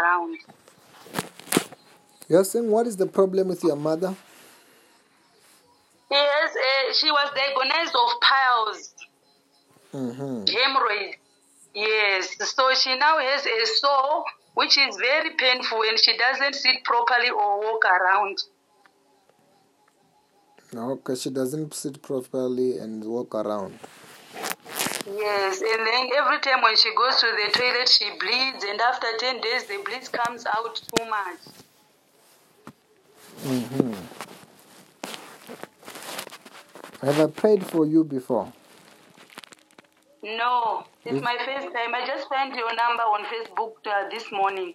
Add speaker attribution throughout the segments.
Speaker 1: around.
Speaker 2: You're saying, what is the problem with your mother?
Speaker 1: Yes, uh, she was diagnosed of piles,
Speaker 2: hmm
Speaker 1: hemorrhoids. Yes, so she now has a sore which is very painful and she doesn't sit properly or walk around.
Speaker 2: No, because she doesn't sit properly and walk around.
Speaker 1: Yes, and then every time when she goes to the toilet, she bleeds, and after 10 days, the bleed comes out too much.
Speaker 2: hmm Have I prayed for you before?
Speaker 1: No, it's my first time. I just found your number on Facebook uh, this morning.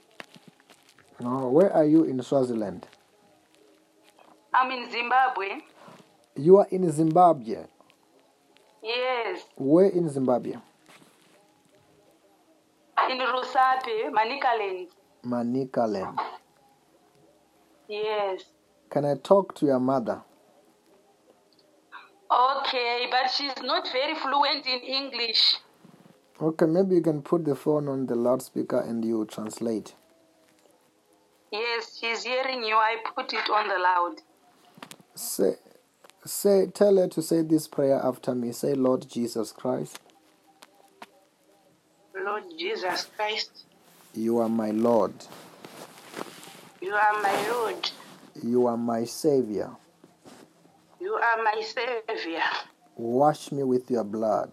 Speaker 2: No. Where are you in Swaziland?
Speaker 1: I'm in Zimbabwe.
Speaker 2: You are in Zimbabwe.
Speaker 1: Yes,
Speaker 2: Where in Zimbabwe?
Speaker 1: in Rusape, Manikaland.
Speaker 2: Manikaland.
Speaker 1: Yes.
Speaker 2: Can I talk to your mother?
Speaker 1: Okay, but she's not very fluent in English.
Speaker 2: Okay, maybe you can put the phone on the loudspeaker and you translate.
Speaker 1: Yes, she's hearing you. I put it on the loud.
Speaker 2: Say, say, tell her to say this prayer after me. Say, Lord Jesus Christ,
Speaker 1: Lord Jesus Christ,
Speaker 2: you are my Lord,
Speaker 1: you are my Lord.
Speaker 2: you are my Savior.
Speaker 1: You are my Savior.
Speaker 2: Wash me with your blood.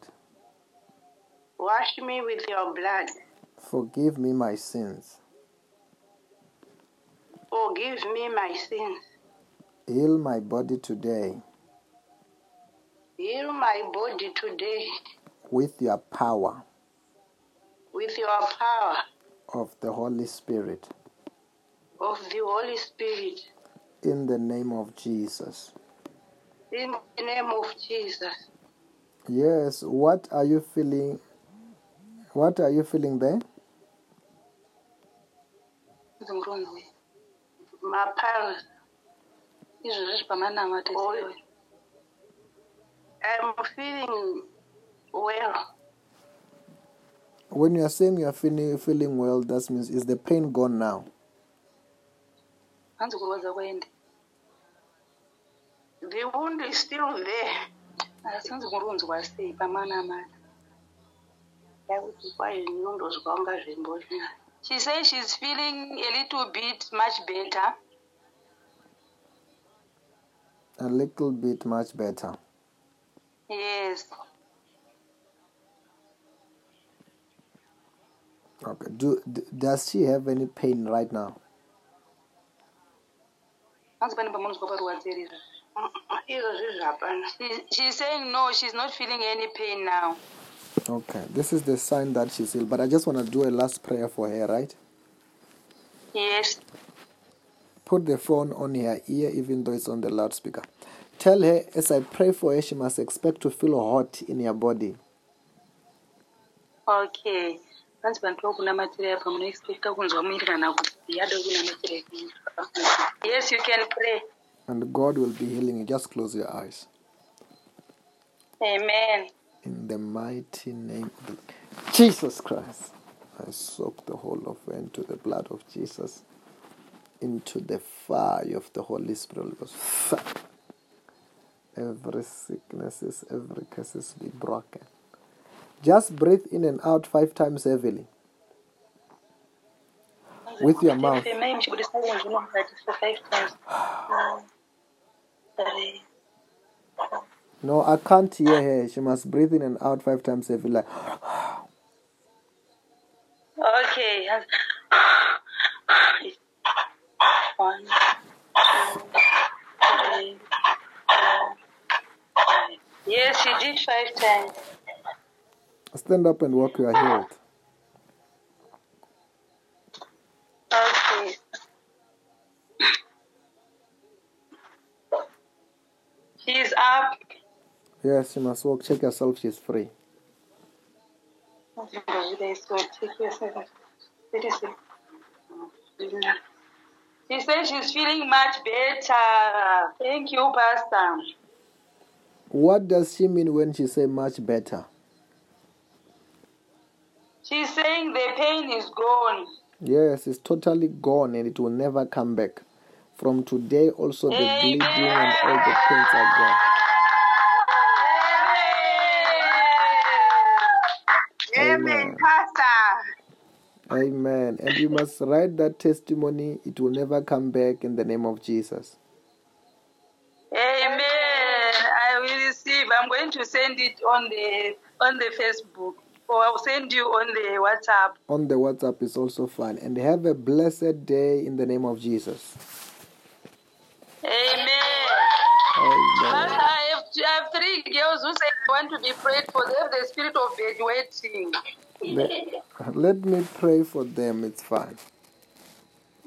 Speaker 1: Wash me with your blood.
Speaker 2: Forgive me my sins.
Speaker 1: Forgive me my sins.
Speaker 2: Heal my body today
Speaker 1: Heal my body today
Speaker 2: with your power
Speaker 1: with your power
Speaker 2: of the Holy Spirit.
Speaker 1: of the Holy Spirit.
Speaker 2: In the name of Jesus.
Speaker 1: In the name of Jesus.
Speaker 2: Yes, what are you feeling? What are you feeling there?
Speaker 1: Mapal. izvo zviri pamanama teziwe i'm feeling well
Speaker 2: When you are saying you are feeling, feeling well, that means is the pain gone now?
Speaker 1: hanzi kurwadza kwaende the wound is still there asi hanzi kurunzwa sei pamanamata yakuti kwai ndinondozwa kunga zvembonyara she says she's feeling a little bit much better
Speaker 2: A little bit much better.
Speaker 1: yes
Speaker 2: Okay. Do, d does she have any pain right now?
Speaker 1: hanzi pane pamunozwa parwadzi here izvozvi zvapana she's saying no she's not feeling any pain now
Speaker 2: Okay. This is the sign that she's ill. But I just want to do a last prayer for her, right?
Speaker 1: yes
Speaker 2: Put the phone on her ear, even though it's on the loudspeaker. Tell her, as I pray for her, she must expect to feel hot in her body.
Speaker 1: okay vanzi panopiwa kunamatira apa munoexpecta kunzwa muiri kana kuti yada kunamatira yes you can pray
Speaker 2: And God will be healing you. Just close your eyes.
Speaker 1: amen
Speaker 2: In the mighty name of the- Jesus Christ. I soak the whole of her into the blood of Jesus, into the fire of the Holy Spirit. Every sicknesses, every curses be broken. Just breathe in and out five times heavily with your mouth.
Speaker 1: femai muchibudisa unhu zvinobati for five times Three.
Speaker 2: No, I can't hear her. She must breathe in and out five times every like.
Speaker 1: okay hanzi one two three four five yes she did five times
Speaker 2: Stand up and walk your healed.
Speaker 1: okay she's up
Speaker 2: Yes, she must walk. Check yourself. She's free.
Speaker 1: She says she's feeling much better. Thank you, Pastor.
Speaker 2: What does she mean when she say much better?
Speaker 1: She's saying the pain is gone.
Speaker 2: Yes, it's totally gone and it will never come back. From today, also the bleeding and all the pains are gone.
Speaker 1: Amen,
Speaker 2: Amen.
Speaker 1: Pastor.
Speaker 2: Amen. And you must write that testimony. It will never come back in the name of Jesus.
Speaker 1: Amen. I will receive. I'm going to send it on the on the Facebook, or I'll send you on the WhatsApp.
Speaker 2: On the WhatsApp is also fine. And have a blessed day in the name of Jesus.
Speaker 1: Amen. Pastor,
Speaker 2: Amen.
Speaker 1: I have, I have three girls who say they want to be prayed for. They have the spirit of bedwetting.
Speaker 2: The- let me pray for them. It's fine.